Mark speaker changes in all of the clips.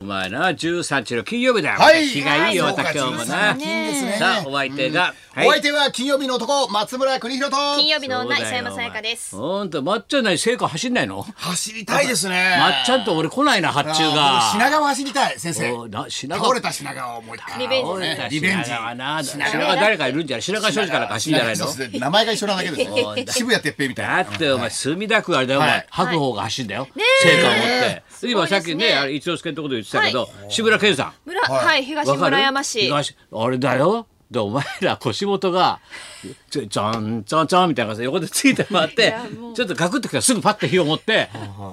Speaker 1: 前な13日の金曜日だよ、
Speaker 2: はい
Speaker 1: 日がいいよ
Speaker 2: そう
Speaker 1: ま
Speaker 2: か
Speaker 1: た今日も
Speaker 2: 13
Speaker 1: な、
Speaker 2: 日ですね
Speaker 1: さあお相手が、はい
Speaker 2: お相手は金曜日の男松村邦弘と
Speaker 3: 金曜日の
Speaker 1: そうだ
Speaker 3: 女
Speaker 1: よ
Speaker 3: 磯山さやかです。
Speaker 1: ほんとまっちゃんない成果走んないの
Speaker 2: 走りたいですね
Speaker 1: まっちゃんと俺来ないな発注が
Speaker 2: あー僕品川走りたい先
Speaker 1: お
Speaker 2: 生
Speaker 1: な品川
Speaker 2: 倒れた品川をもう一回
Speaker 3: リベンジ
Speaker 1: 俺たち
Speaker 2: リベンジ
Speaker 1: 品川な
Speaker 2: 品川
Speaker 1: 品川誰かいるんじゃない品川庄司からか走んじゃないの
Speaker 2: そうですね名前が一緒なだけです ね
Speaker 1: そうだ
Speaker 2: 渋谷哲平みた
Speaker 1: だ
Speaker 2: いな
Speaker 1: ってお前墨田区あれだよお
Speaker 2: は
Speaker 1: 前
Speaker 2: い
Speaker 1: 白鵬が走んだよ成果を持って今さっきねあれ一之輔のところで言ってたけど志村けんさん
Speaker 3: 村、はい、東
Speaker 1: わかる
Speaker 3: 村山市。
Speaker 1: 東あれだよでお前ら腰元がちょちょんちょんちょんみたいな感じで横でついて回ってちょっとガクッときたらすぐパッて火を持って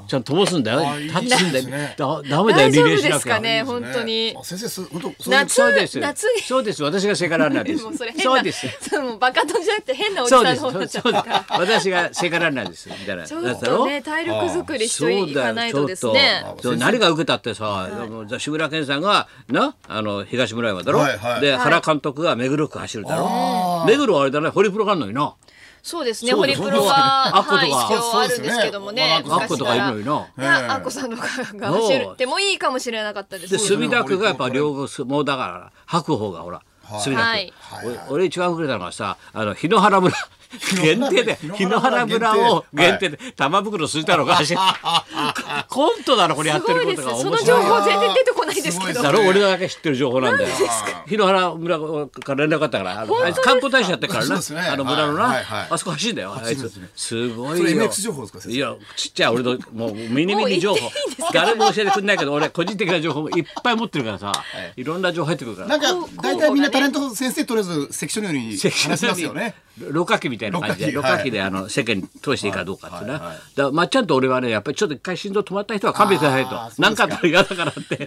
Speaker 1: ちゃんと灯すんだよ
Speaker 2: あいい
Speaker 1: タッチすんだよ
Speaker 2: いいですね
Speaker 1: だダメだよ
Speaker 3: 大
Speaker 1: リ
Speaker 3: 丈
Speaker 1: レー
Speaker 3: 夫
Speaker 1: し
Speaker 3: で
Speaker 1: な
Speaker 3: す
Speaker 1: きゃ
Speaker 3: かね、本当に
Speaker 2: あ。先生す本当そういう
Speaker 3: 夏
Speaker 1: そうです
Speaker 3: 夏に
Speaker 1: そうです私がセカランナーです
Speaker 3: もうそれ変な、
Speaker 1: そうです
Speaker 3: それもうバカとじゃなくて変なおじ
Speaker 1: そ
Speaker 3: さん
Speaker 1: うで
Speaker 3: の
Speaker 1: す
Speaker 3: 方
Speaker 1: そうです
Speaker 3: になっちゃったから。
Speaker 1: 私がセカランナーですみたいな
Speaker 3: ち
Speaker 1: や
Speaker 3: ょっ
Speaker 1: つだろ
Speaker 3: とね、体力作りし
Speaker 1: そうだ
Speaker 3: て
Speaker 1: よ
Speaker 3: いかないとですね
Speaker 1: ちょ。っとそう何が受けたってさ、でも志村けんさんがなあの東村山だろ、
Speaker 2: はいはい
Speaker 1: で
Speaker 2: はい
Speaker 1: 原監督が目黒区走るだろ、
Speaker 2: あ
Speaker 1: 目黒はあれだねホリプロがあんのにな
Speaker 3: そうですね、
Speaker 1: そう
Speaker 3: ホ
Speaker 1: だ
Speaker 3: リ
Speaker 1: よ
Speaker 3: プロは、
Speaker 1: アッコとか
Speaker 3: はい、一応あるんですけどもね。
Speaker 2: そうですよね
Speaker 1: アッコとかいるのにな
Speaker 3: ねアッコさんとかが走るってもいいかもしれなかったで
Speaker 1: で
Speaker 3: すね。
Speaker 1: 墨田区がやっぱ両国相撲だから白鵬がほら墨田区、
Speaker 3: はい
Speaker 2: はい
Speaker 1: お俺一番遅れたのがさあの日野原村限定で日
Speaker 2: 日
Speaker 1: 野
Speaker 2: 野
Speaker 1: 原
Speaker 2: 原
Speaker 1: 村
Speaker 2: 村
Speaker 1: を限定で玉袋すいたのが走るコントだろこれや
Speaker 3: す
Speaker 1: ってる
Speaker 3: ごい
Speaker 1: こ
Speaker 3: で
Speaker 1: とが
Speaker 3: す。そ
Speaker 1: 面
Speaker 3: の
Speaker 1: 白
Speaker 3: 情
Speaker 1: い
Speaker 3: 報全然出てこないです
Speaker 2: すご
Speaker 3: け
Speaker 2: いで
Speaker 3: ど
Speaker 2: す。
Speaker 1: だろ俺だけ知ってる情報なんだよ
Speaker 2: か。
Speaker 1: 日野原村から連絡あったから、あの
Speaker 3: 本当
Speaker 1: あい
Speaker 3: です
Speaker 1: つ
Speaker 3: か
Speaker 1: 観光大使やってっから
Speaker 2: そう
Speaker 1: な
Speaker 2: です、ね
Speaker 1: あの村のな、
Speaker 2: はいはいはい
Speaker 1: あそこ走んだよ、あい
Speaker 2: るん
Speaker 1: つ
Speaker 2: ですね。
Speaker 1: すご
Speaker 2: そ
Speaker 1: い
Speaker 2: れ
Speaker 1: よ。
Speaker 2: MX 情報ですか先生
Speaker 1: いや、ちっちゃい俺の、もうミニミニ情報
Speaker 3: もう言っていいんです。か
Speaker 1: 誰も教えてくれないけど、俺個人的な情報もいっぱい持ってるからさ、いろんな情報入ってくるから
Speaker 2: な。んか大体みんなタレント先生とりあえずセクションのように話しますよね
Speaker 1: ろ過期みたいな感じで、
Speaker 2: ろ
Speaker 1: ろ
Speaker 2: 過期
Speaker 1: 過期であの世間に通していいかどうかってな。だ
Speaker 2: はい
Speaker 1: か
Speaker 2: はい
Speaker 1: らまっちゃんと俺はね、やっぱりちょっと一回心臓止まった人は勘弁ください
Speaker 2: あーそうで
Speaker 1: と。
Speaker 2: すか
Speaker 1: なんかあったら嫌だからって。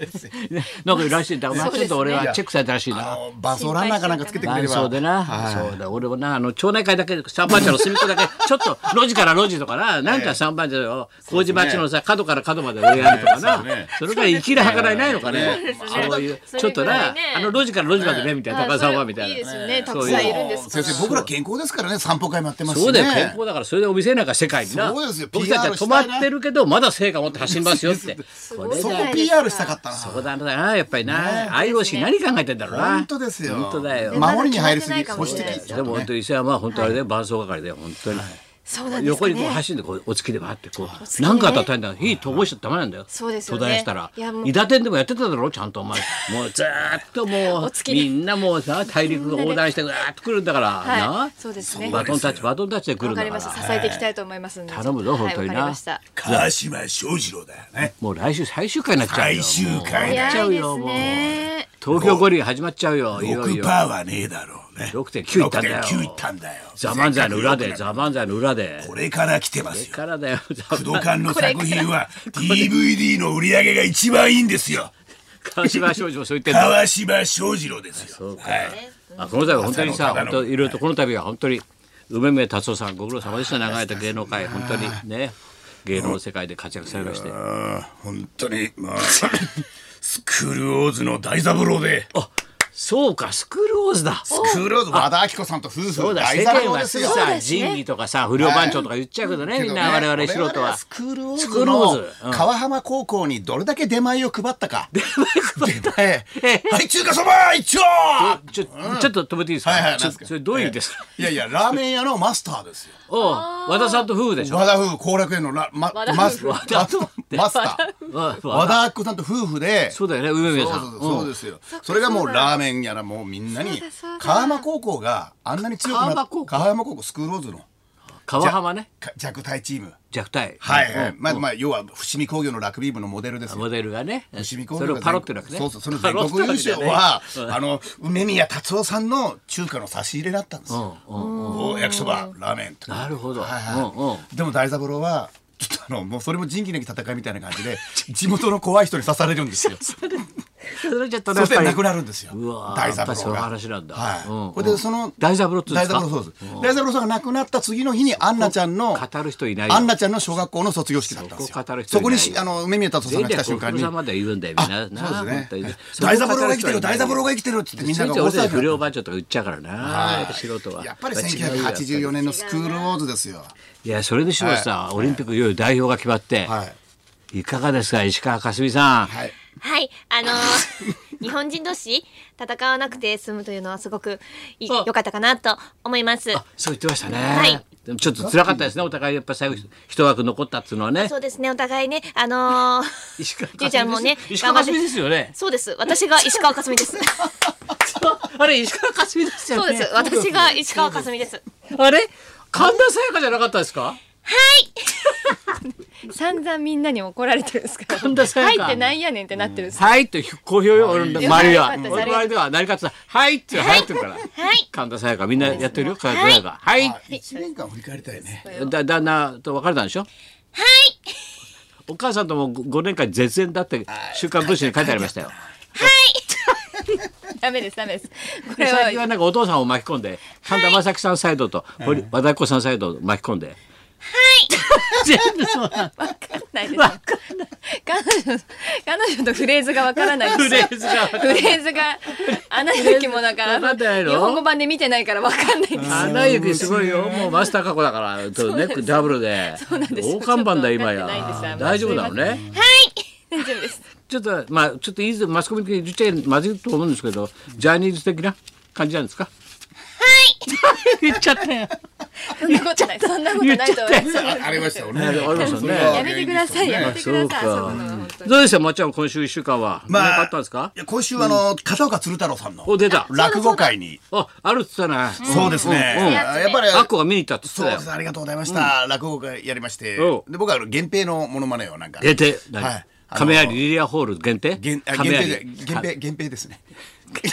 Speaker 1: ねなんかいらっしゃるだから、ま
Speaker 3: そう
Speaker 1: っちゃ
Speaker 3: ですね
Speaker 1: んと俺はチェックされたらしい
Speaker 2: あ
Speaker 1: な。
Speaker 2: の伴奏ランナーかなんかつけてく
Speaker 1: 伴
Speaker 2: れれば
Speaker 1: 奏でな、そうだ、俺もな、あの町内会だけで、三番茶の隅っこだけ、 ちょっと路地から路地とかな、なんか三番茶を。麹町のさ、角から角まで上やるとかな
Speaker 2: そうですね、
Speaker 1: それから生きる計らいないのかね。
Speaker 3: そうですね
Speaker 1: そういう、
Speaker 3: そうですね
Speaker 1: ちょっとな
Speaker 3: それぐらいね、
Speaker 1: あの路地から路地までね、みたいな、高田さんはみたい
Speaker 3: い
Speaker 1: な。
Speaker 3: いですよね、た
Speaker 1: そう
Speaker 3: く
Speaker 1: いう
Speaker 3: さんいるんですから。
Speaker 2: 先生僕ら健康ですからね散歩会もやってますしね
Speaker 1: そうだよ健康だからそれでお店なんか世界にな
Speaker 2: そうですよ
Speaker 1: 僕たちは
Speaker 2: PR
Speaker 1: 止まってるけどまだ成果持って走りますよってこ
Speaker 3: ご
Speaker 1: れ
Speaker 3: い
Speaker 2: そ
Speaker 1: だよ
Speaker 2: う
Speaker 3: じゃないですか
Speaker 2: PR したかったな
Speaker 1: そうだなやっぱりな IOC 何考えてんだろうな
Speaker 2: 本当ですよ
Speaker 1: 本当だよ
Speaker 2: 守りに入りすぎ
Speaker 3: まだ決まってないかもしれない
Speaker 1: でも本当伊勢山は本当あれで伴奏係だよ本当に
Speaker 3: そうなんです
Speaker 1: 横
Speaker 3: か
Speaker 1: にこう
Speaker 3: ね。
Speaker 1: 走ってこうお付きでバーってこう
Speaker 3: きでね
Speaker 1: 何かあったら大変だ火灯しちゃダメなんだよ
Speaker 3: そうですよね
Speaker 1: 途絶やしたら
Speaker 3: いやもう
Speaker 1: 伊達店でもやってただろちゃんとお前もうずーっともう
Speaker 3: お付きで
Speaker 1: みんなもうさ大陸が横断してうわーっと来るんだからな
Speaker 3: はい、そうですね。
Speaker 1: バトンタッチバトンタッチで来る
Speaker 3: わ
Speaker 1: ん
Speaker 3: か
Speaker 1: だ
Speaker 3: り
Speaker 1: か
Speaker 3: ま
Speaker 1: ら
Speaker 3: した。支えていきたいと思いますんで。
Speaker 1: 頼むぞ本当にな
Speaker 3: はいわかりました。
Speaker 2: 川島翔士郎だよね
Speaker 1: もう来週最終回になっちゃうよ。
Speaker 2: 最終回
Speaker 1: もうやっちゃ
Speaker 3: 早
Speaker 1: う
Speaker 3: いで
Speaker 1: よ、
Speaker 3: す
Speaker 1: もう。
Speaker 3: ね。
Speaker 1: 東京五輪始まっちゃうよ、いよいよ。
Speaker 2: 6%はねえだろうね
Speaker 1: 6.9いったんだよ
Speaker 2: 6.9いったんだよ
Speaker 1: ザ・漫才の裏で、ザ・漫才の裏で。
Speaker 2: これから来てますよ
Speaker 1: からだよ、ザ・
Speaker 2: 工藤館の作品は DVD の売り上げが一番いいんですよ
Speaker 1: 川島少女もそう言ってんだ。
Speaker 2: 川島翔士郎ですよはい
Speaker 1: あこの度は本当にさ、
Speaker 2: 朝
Speaker 1: 本
Speaker 2: の
Speaker 1: 当いろいろとこの度は本当に梅宮達夫さんご苦労様でした。長い間芸能界本当にね、芸能の世界で活躍されまして。
Speaker 2: ああ本当にまあスクールオーズの大三郎で
Speaker 1: あ、そうか、スクールウォーズだ。
Speaker 2: スクールオーズ和田アキ子さんと夫
Speaker 1: そ
Speaker 2: 婦
Speaker 1: うだ、
Speaker 2: 大
Speaker 1: 世
Speaker 2: 三
Speaker 1: 間
Speaker 2: 郎
Speaker 1: は
Speaker 2: ですす
Speaker 1: ぐ
Speaker 2: よ
Speaker 1: さ、
Speaker 3: ですね
Speaker 1: 仁義とかさ、不良番長とか言っちゃうけどね、みんな我々素人は。
Speaker 2: スクールオーズ
Speaker 1: スクールウォーズうん
Speaker 2: の川浜高校にどれだけ出前を配っ たか出前配ったはい中華そば一丁
Speaker 1: ちょ、ちょっと止めていいですか。
Speaker 2: はいはい
Speaker 1: ちょ
Speaker 2: なんですか
Speaker 1: それどういう意味ですか。
Speaker 2: いやいやラーメン屋のマスタ ーですよ
Speaker 1: おう和田さんと夫婦でしょ。
Speaker 2: 和田夫婦後楽園のラまマスマス
Speaker 1: 田
Speaker 2: マ
Speaker 1: 夫
Speaker 2: スター
Speaker 1: 和
Speaker 2: 和田アキ子さんと夫婦で
Speaker 1: そうだよね、梅宮
Speaker 2: そ
Speaker 1: さ。
Speaker 2: うんそうそうそう
Speaker 1: うん
Speaker 2: ですよ。それがもうラーメンやらもうみんな
Speaker 3: そう
Speaker 2: に
Speaker 3: だそうだ
Speaker 2: 川浜高校があんなに強く
Speaker 1: 川
Speaker 2: な
Speaker 1: 浜
Speaker 2: っ
Speaker 1: 高校
Speaker 2: 川浜高校スクールオーズの
Speaker 1: 川浜ね、
Speaker 2: か弱体チーム。
Speaker 1: 弱体。
Speaker 2: はいはい。
Speaker 1: うん
Speaker 2: まあまあ要は伏見工業のラグビー部のモデルですよ。
Speaker 1: モデルがね、
Speaker 2: 伏見工
Speaker 1: そ
Speaker 2: 業
Speaker 1: れ
Speaker 2: が
Speaker 1: をパロってるわけね。
Speaker 2: そうそうその
Speaker 1: パ
Speaker 2: 全
Speaker 1: ロ
Speaker 2: 国
Speaker 1: って
Speaker 2: 優
Speaker 1: るわけじゃ
Speaker 2: 勝
Speaker 1: ね
Speaker 2: はあの梅宮達夫さんの中華の差し入れだったんですよ。
Speaker 1: うんうん
Speaker 2: お焼きそばラーメンとか。
Speaker 1: なるほど。
Speaker 2: はい
Speaker 1: うんう
Speaker 2: は
Speaker 1: ん
Speaker 2: い、でも大三郎はちょっとあのもうそれも仁義なき戦いみたいな感じで地元の怖い人に刺されるんですよ。
Speaker 1: それちょっとね
Speaker 2: そして
Speaker 1: や
Speaker 2: 亡
Speaker 1: っぱ
Speaker 2: く
Speaker 1: り
Speaker 2: なるんですよ
Speaker 1: うわー
Speaker 2: 大三
Speaker 1: やっ
Speaker 2: 郎
Speaker 1: ぱりそういう
Speaker 2: が
Speaker 1: 話なんだ
Speaker 2: はい
Speaker 1: うん
Speaker 2: これでその
Speaker 1: 大三郎っつうんで
Speaker 2: 大
Speaker 1: すか
Speaker 2: 三郎そうです、大三郎さんが亡くなった次の日にアンナちゃんの
Speaker 1: 語る人いないよ
Speaker 2: アンナちゃんの小学校の卒業式だったんです
Speaker 1: そこ
Speaker 2: よ
Speaker 1: 語る人い
Speaker 2: そ
Speaker 1: ないよ
Speaker 2: こにしあの梅宮達夫さん
Speaker 1: 全
Speaker 2: が来た
Speaker 1: 力
Speaker 2: 瞬
Speaker 1: おふ
Speaker 2: 間
Speaker 1: く
Speaker 2: に
Speaker 1: ろさんまで言うんだよ、みんな。な
Speaker 2: そうですね
Speaker 1: 本当に
Speaker 2: 大三郎が生きてる大三郎が生きてるって言ってみんなが大
Speaker 1: 大
Speaker 2: 騒ぎ
Speaker 1: 不良番長とか言っちゃうからな、素人は。
Speaker 2: やっぱり
Speaker 1: まあ違うよ
Speaker 2: 1984年のスクールウォーズですよ
Speaker 1: いや、それにしてもさ、オリンピックいよいよ代表が決まって、
Speaker 2: はい
Speaker 1: いかがですか石川佳純さん、
Speaker 2: はい
Speaker 4: はい、あのー日本人同士戦わなくて済むというのはすごくい
Speaker 1: あ
Speaker 4: 良かったかなと思います。
Speaker 1: あそう言ってましたね、
Speaker 4: はい
Speaker 1: でもちょっと辛かったですねお互いやっぱ最後一枠残ったっていうのはね
Speaker 4: そうですね、お互いね、あのー
Speaker 1: 石川佳純
Speaker 4: ゆうちゃんもね
Speaker 1: です石川佳純
Speaker 4: 頑張って
Speaker 1: ですよね
Speaker 4: そうです、私が石川佳純 です。
Speaker 1: あれ石川佳純ですよ
Speaker 4: そう
Speaker 1: ね
Speaker 4: です、私が石川佳純です。
Speaker 1: あれ神田沙也加じゃなかったですか
Speaker 3: 散々みんなに怒られてるんです から
Speaker 1: 神田沙也
Speaker 3: 入
Speaker 1: 加
Speaker 3: ってなんやねんってなってるんです
Speaker 1: はいって好評よ、俺の周りは。
Speaker 3: よかっ
Speaker 1: 俺
Speaker 3: たです
Speaker 1: の周りでは、何かってさ、はいって流行ってるから。
Speaker 4: はい、
Speaker 1: 神田沙也加、みんなやってるよ、神田沙也加。はい。
Speaker 2: あ一年間振り返りたいね。
Speaker 1: だ、旦那と別れたんでしょはい。お母さんとも5年間絶縁だって、週刊文春に書いてありま したよ。
Speaker 3: ダメですダメ ですこれ
Speaker 1: 最近
Speaker 3: は
Speaker 1: はなんかお父さんを巻き込んで、神田正輝さんサイドと、堀和田彦さんサイドを巻き込んで。はい。 全部そうなんだ。
Speaker 3: ないです彼女彼女とフレーズがわからないです
Speaker 1: フレーズがわかん
Speaker 3: フ
Speaker 1: ない。
Speaker 3: レーズが穴行きもな
Speaker 1: わか
Speaker 3: んか
Speaker 1: んないの
Speaker 3: 日本語版で見てないからわかんないです
Speaker 1: 穴行きすごいよ、もうマスター過去だから、とね、ダブルで。大看板だよ、今や
Speaker 3: ちょっと分かってないんです。よ
Speaker 1: 大丈夫なのね。
Speaker 3: 大丈夫です
Speaker 1: ちょっとまあちょっといずマスコミ的に言っちゃまずいと思うんですけどジャニーズ的な感じなんですかはい 言っちゃったよ
Speaker 3: そんなことないそんなことないと思います
Speaker 2: あありましたよね。
Speaker 1: ありましたね
Speaker 2: それは
Speaker 3: やめてください
Speaker 2: ね
Speaker 3: やめてくださ
Speaker 1: そ
Speaker 3: い
Speaker 1: うか
Speaker 3: そんなの本当に
Speaker 1: どうでしたまっちゃん今週一週間は、
Speaker 2: まあ
Speaker 1: 何かあったんですか
Speaker 2: いや今週はあの片岡鶴太郎さんの
Speaker 1: お出た
Speaker 2: 落語会に。
Speaker 1: ああるっつったな
Speaker 2: そうですね。
Speaker 1: うんうん
Speaker 2: やっぱり。
Speaker 1: アッコが見に行ったっつ
Speaker 2: そ
Speaker 1: ってた
Speaker 2: うで
Speaker 1: よ
Speaker 2: すありがとうございました、落語会やりまして
Speaker 1: うん
Speaker 2: で僕はあの源平のモノマネをなんか
Speaker 1: 出て何、
Speaker 2: はいあの
Speaker 1: 亀有リリアホール限定
Speaker 2: 源あ
Speaker 1: 亀
Speaker 2: 源
Speaker 1: 有
Speaker 2: 平で源平源平ですね
Speaker 1: げ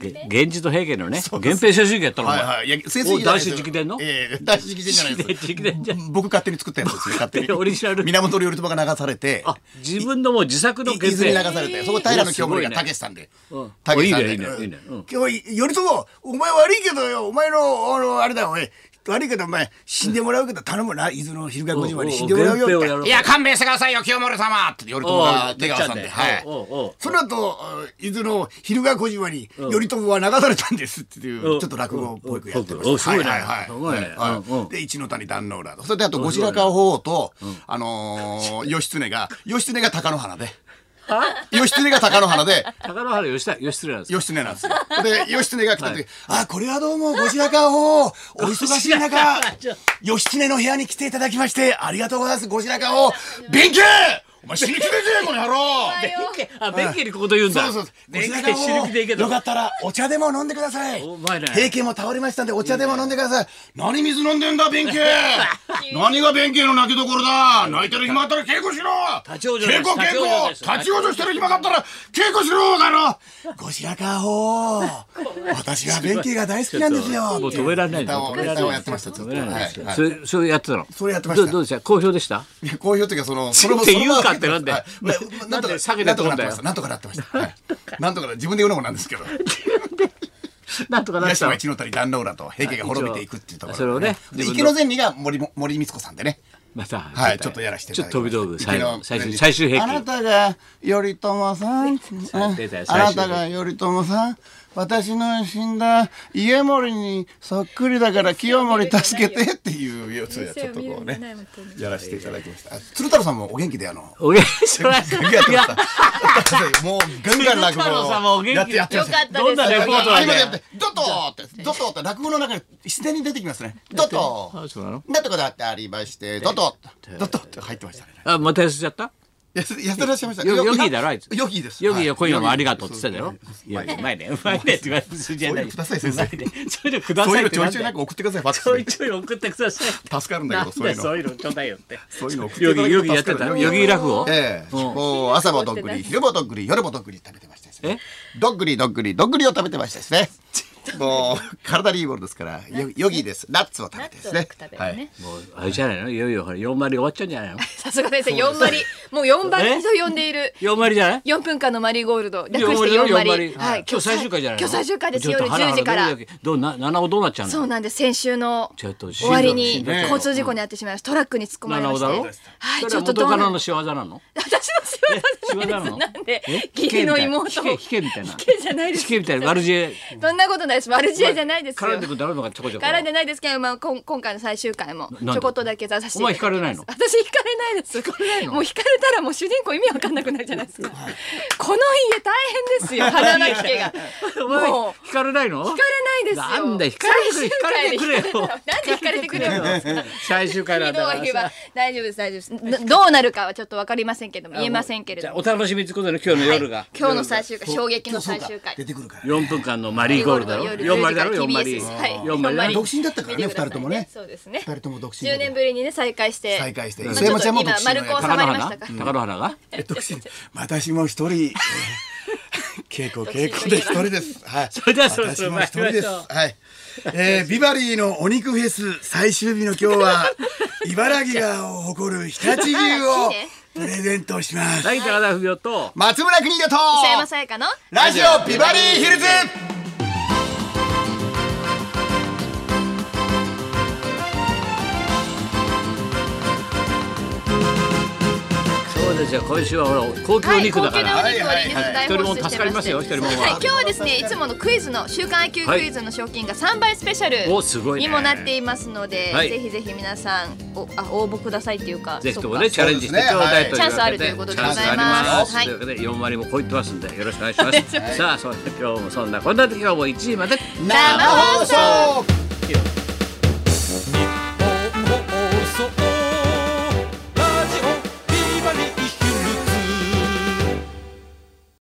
Speaker 1: 源氏と平家のね
Speaker 2: そうです
Speaker 1: 源平諸直やったのお
Speaker 2: は
Speaker 1: 前
Speaker 2: いはいいや先
Speaker 1: お
Speaker 2: 生
Speaker 1: 男子直伝の
Speaker 2: ええ男子直伝じゃないです
Speaker 1: 直伝じゃ
Speaker 2: 僕勝手に作ったやつですね勝手 に
Speaker 1: オリジナル
Speaker 2: 源頼朝が流されて
Speaker 1: あ自分のもう自作の
Speaker 2: い伊
Speaker 1: 限
Speaker 2: 豆に
Speaker 1: 定
Speaker 2: 流されて、そこ平清盛が
Speaker 1: すごいね
Speaker 2: たけしさんで
Speaker 1: うん。
Speaker 2: たけしさんで。
Speaker 1: いいねいいねいいねうん
Speaker 2: 今日、頼朝、お前悪いけどよ、お前の、あの、あれだよ、おい。悪いけど、お前、死んでもらうけど、頼むな、伊豆の昼が5時まで死んでもらうよ
Speaker 1: おうおう
Speaker 2: っ
Speaker 1: おうおう
Speaker 2: て。いや、勘弁してくださいよ、清盛様って頼朝が出川さん
Speaker 1: おう
Speaker 2: で。
Speaker 1: おう
Speaker 2: はい
Speaker 1: おうおう。
Speaker 2: その後、伊豆の昼が5時まで、頼朝は流されたんですっていうう、
Speaker 1: ん
Speaker 2: ちょっと落語っぽくやってま
Speaker 1: うんお
Speaker 2: し
Speaker 1: す
Speaker 2: た。
Speaker 1: ごいね
Speaker 2: はいはい
Speaker 1: すごいね
Speaker 2: はい
Speaker 1: うんうん
Speaker 2: で一ノ谷壇の浦とそれであと後白河法皇と、あの ー義経が義経が貴乃花で義経が貴乃花で
Speaker 1: 高野原義田義経なんですか
Speaker 2: 義経なんですよで義経が来た時、あこれはどうも後白河法皇お忙しい 中義経の部屋に来ていただきましてありがとうございます後白河法皇弁慶お前死にきてるぜこの野郎
Speaker 1: あ、弁慶にここと言うんだ。
Speaker 2: そうそうそう。
Speaker 1: 弁
Speaker 2: お
Speaker 1: 慶
Speaker 2: 酒
Speaker 1: 死ぬ気でいいけど。
Speaker 2: よかったらお茶でも飲んでください。
Speaker 1: おうまいね
Speaker 2: 平家も倒れましたんでお茶でも飲んでください。何水飲んでんだ弁 慶。何が弁慶の泣きどころだ。泣いてる暇あったら稽古しろ。
Speaker 1: 立ち往生です
Speaker 2: 稽古稽古。
Speaker 1: 立ち往生です
Speaker 2: 立ち往生してる暇があったら稽古しろだろ。後白河 法。私は弁慶が大好きなんですよ。
Speaker 1: もう止められない
Speaker 2: ネタを
Speaker 1: 止めら
Speaker 2: ネ
Speaker 1: れ
Speaker 2: タを
Speaker 1: な
Speaker 2: や
Speaker 1: い
Speaker 2: ってましたずっ
Speaker 1: 止
Speaker 2: と。
Speaker 1: められないですよ
Speaker 2: はい
Speaker 1: それ、それやってたの。
Speaker 2: それやってました
Speaker 1: どうどうでした好評でした
Speaker 2: いやこういう時はその、その
Speaker 1: って言うかってなんだよ
Speaker 2: はいまあな
Speaker 1: な
Speaker 2: んと
Speaker 1: ん
Speaker 2: か
Speaker 1: で下げ
Speaker 2: な
Speaker 1: て
Speaker 2: ん
Speaker 1: 飛
Speaker 2: と
Speaker 1: ぶ
Speaker 2: かなんって
Speaker 1: だよ
Speaker 2: ました。なんとかなってました。はいなんとかな自分で言うのもなんですけど。
Speaker 1: なんとかなっ
Speaker 2: 東
Speaker 1: た
Speaker 2: は。一の谷壇ノ浦と平家が滅びていくっていうところ、
Speaker 1: それをね
Speaker 2: で
Speaker 1: 自分
Speaker 2: 池
Speaker 1: の
Speaker 2: の前理が森も森光子さんでね
Speaker 1: また。
Speaker 2: はいちょっとやらしてい
Speaker 1: ちょっ
Speaker 2: ただき
Speaker 1: と飛び道具、
Speaker 2: 池
Speaker 1: 最
Speaker 2: の
Speaker 1: 後、最
Speaker 2: 前
Speaker 1: 終、
Speaker 2: 理
Speaker 1: 最終兵器。
Speaker 2: あなたが頼朝さんあ
Speaker 1: 出たよ最終兵器
Speaker 2: あなたが頼朝さん私の死んだ家森にそっくりだから清盛助けてっていうやつをちょっとこうねやらせていただきましたあ鶴太郎さんもお元気で あの
Speaker 1: おげん、そら。
Speaker 2: ガンガンやってましたもうガンガン落
Speaker 1: 鶴太郎さんもお
Speaker 2: 語
Speaker 1: 元気
Speaker 2: やってやってました
Speaker 1: どんなレポート
Speaker 2: あ
Speaker 1: なん
Speaker 2: 今
Speaker 1: だ
Speaker 2: や
Speaker 1: よ
Speaker 2: っ。て、ドトーって、ドトーって落語の中で自然に出てきますね。ドト
Speaker 1: あ、
Speaker 2: ー。
Speaker 1: そうなの
Speaker 2: なんとかだってありまして、ドトーって、ドトーって入ってましたね。
Speaker 1: あ、また痩せちゃった
Speaker 2: やせやってらっしゃいました。
Speaker 1: よヨギだろあいつ
Speaker 2: ヨギです。
Speaker 1: ヨギ
Speaker 2: は
Speaker 1: よ、
Speaker 2: い
Speaker 1: 今夜もありがとうって言ってたよ。いや、
Speaker 2: ヨギ
Speaker 1: うまいね、うまいねって言われて、それじゃない。
Speaker 2: そういうのください先生
Speaker 1: うまねそれでくだ
Speaker 2: そう
Speaker 1: さ
Speaker 2: いう
Speaker 1: いっ
Speaker 2: の
Speaker 1: て
Speaker 2: ちょ
Speaker 1: ないんだよ。
Speaker 2: ちょいなんか送ってください。ファックス
Speaker 1: ちょい
Speaker 2: で
Speaker 1: ちょい送ってください。
Speaker 2: 助かるんだ
Speaker 1: な
Speaker 2: け
Speaker 1: ん
Speaker 2: ど、そうい
Speaker 1: だ
Speaker 2: う
Speaker 1: そう
Speaker 2: の。
Speaker 1: いうのちょうだいよって。
Speaker 2: そういうの送って
Speaker 1: ヨ
Speaker 2: いただ
Speaker 1: ギ、
Speaker 2: け
Speaker 1: ヨ
Speaker 2: る
Speaker 1: ギや
Speaker 2: と
Speaker 1: って
Speaker 2: 助か
Speaker 1: た
Speaker 2: る
Speaker 1: の
Speaker 2: ね
Speaker 1: ヨギ落語
Speaker 2: ええ、こう朝もどっぐり、昼もどっぐり、夜もどっぐり食べてましたですね。どっぐりどっぐりどっぐりを食べてましたです ね。もう体にいいものですから、ヨヨギです。ナッツを食べてです
Speaker 3: ナッ
Speaker 2: ね
Speaker 3: ツをよく食
Speaker 2: は
Speaker 3: べ。るね
Speaker 1: もう、
Speaker 2: い。
Speaker 1: あれじゃないのいよいよ、ほら、4割終わっちゃうんじゃないの
Speaker 3: さすが先生4割もう4割と呼んでいる
Speaker 1: ?4 割じゃない
Speaker 3: 4分間のマリーゴールド略して4割
Speaker 1: はい、今日最終回じゃないの
Speaker 3: 今日最終回で
Speaker 1: ち
Speaker 3: す
Speaker 1: ょっ
Speaker 3: 夜
Speaker 1: とハラハ
Speaker 3: 10
Speaker 1: ラ
Speaker 3: 時から
Speaker 1: ドキドキどうな七尾どうなっちゃうの
Speaker 3: そうなんです先週の
Speaker 1: ちょっと
Speaker 3: 終わり
Speaker 1: し
Speaker 3: に
Speaker 1: んどい
Speaker 3: 交通事故に遭ってしまいましたトラックに突っ込まれ
Speaker 1: 七
Speaker 3: ま
Speaker 1: 尾
Speaker 3: し
Speaker 1: だ
Speaker 3: て
Speaker 1: ろ
Speaker 3: はい
Speaker 1: そ
Speaker 3: ち
Speaker 1: れ
Speaker 3: ょ
Speaker 1: は
Speaker 3: っ
Speaker 1: 元
Speaker 3: とどう
Speaker 1: か
Speaker 3: な
Speaker 1: ら
Speaker 3: る
Speaker 1: の仕業なの
Speaker 3: 私の仕業じゃないですなんで義理の妹
Speaker 1: 引けみたいな
Speaker 3: 引けじゃないです
Speaker 1: 引けみたいな悪知恵
Speaker 3: そんなことないです悪知恵じゃないですよ
Speaker 1: 絡んでくるだろうのがちょこちょこ
Speaker 3: 絡んでないですけど、まあ、こん今回の最終回も
Speaker 1: ななんで
Speaker 3: ちょこっとだけ出させていただきます
Speaker 1: お前惹かれないの
Speaker 3: 私惹かれないです惹かれないのもう惹かれたらもう主人公意味わかんなくなるじゃないで すかこの家大変ですよ花巻家が
Speaker 1: お前
Speaker 3: もう
Speaker 1: 惹かれないの
Speaker 3: 惹かれないですよ
Speaker 1: なんだ惹かれてくれ惹かれてくれよ
Speaker 3: 最終回で
Speaker 1: 最終回なん
Speaker 3: 惹かれたらなんで惹かれてくれよ
Speaker 1: だから
Speaker 3: ひどいわ
Speaker 1: さ
Speaker 3: 大丈夫です大丈夫ですどどうなるかはちょっとわかりませんけども言えませんけれ
Speaker 1: じゃ
Speaker 3: ど
Speaker 1: あ
Speaker 3: も
Speaker 1: お楽しみということで今日の夜が、
Speaker 3: 今日の最終回衝撃の
Speaker 2: そう
Speaker 3: 最
Speaker 2: か
Speaker 3: 終回
Speaker 2: 出てくるからね
Speaker 1: 4分間のマリーゴールドだろ
Speaker 3: 夜
Speaker 1: 4割だろ4
Speaker 3: 10
Speaker 1: 割
Speaker 3: 時から TBS
Speaker 1: 4割だ
Speaker 3: はい
Speaker 1: ろ
Speaker 2: 独身だったからね
Speaker 3: 見てください
Speaker 2: 二人ともね
Speaker 3: そうですね
Speaker 2: 二人とも独身だ
Speaker 3: 10
Speaker 2: から
Speaker 3: 年ぶりにね再会して
Speaker 2: 再会して
Speaker 3: まあ
Speaker 2: 磯山ちゃんも
Speaker 3: ちょっと今
Speaker 2: 独身だ
Speaker 3: 丸く
Speaker 2: よ
Speaker 3: 収
Speaker 1: 高
Speaker 3: ま
Speaker 1: 野
Speaker 3: りまし
Speaker 1: 花
Speaker 3: たか
Speaker 1: 高野花が
Speaker 2: 独身 私も一人稽古稽古で一人ですはい
Speaker 1: それではそろそろ
Speaker 2: 私も一人です
Speaker 1: 参りましょ
Speaker 2: はい、えー、ビバリーのお肉フェス最終日の今日 は茨城が誇る常陸牛をプレゼントします
Speaker 1: 大高田不夫と
Speaker 2: 松村邦人と
Speaker 3: 磯山さやかの
Speaker 2: ラジオビバリーヒルズ
Speaker 1: そうですよ今週はほら高級お肉だから、
Speaker 3: はい、高級なお
Speaker 2: は
Speaker 3: 肉を
Speaker 2: い
Speaker 3: リリー
Speaker 1: はい
Speaker 3: ス大
Speaker 1: 一人
Speaker 3: 放
Speaker 1: も
Speaker 3: 出して
Speaker 1: 助かりま
Speaker 3: まし
Speaker 1: す
Speaker 3: て
Speaker 1: よ一人もは
Speaker 3: はい、今日はですねいつものクイズの週刊 IQ クイズの賞金が3倍スペシャル
Speaker 1: おすごいね
Speaker 3: にもなっていますので、
Speaker 1: はい
Speaker 3: ぜひぜひ皆さんおあ応募くださいっていうか
Speaker 1: ぜひと
Speaker 3: そ
Speaker 1: も
Speaker 3: うか
Speaker 1: ねチャレンジしてちょうだいという
Speaker 3: チャンスあるということでございます
Speaker 1: チャンスありま
Speaker 3: はい
Speaker 1: というわけで四割もこう言ってますんでよろしくお願い します。さあそんな今日もそんなこんな時はもう一時まで
Speaker 2: 生放送
Speaker 1: いいよ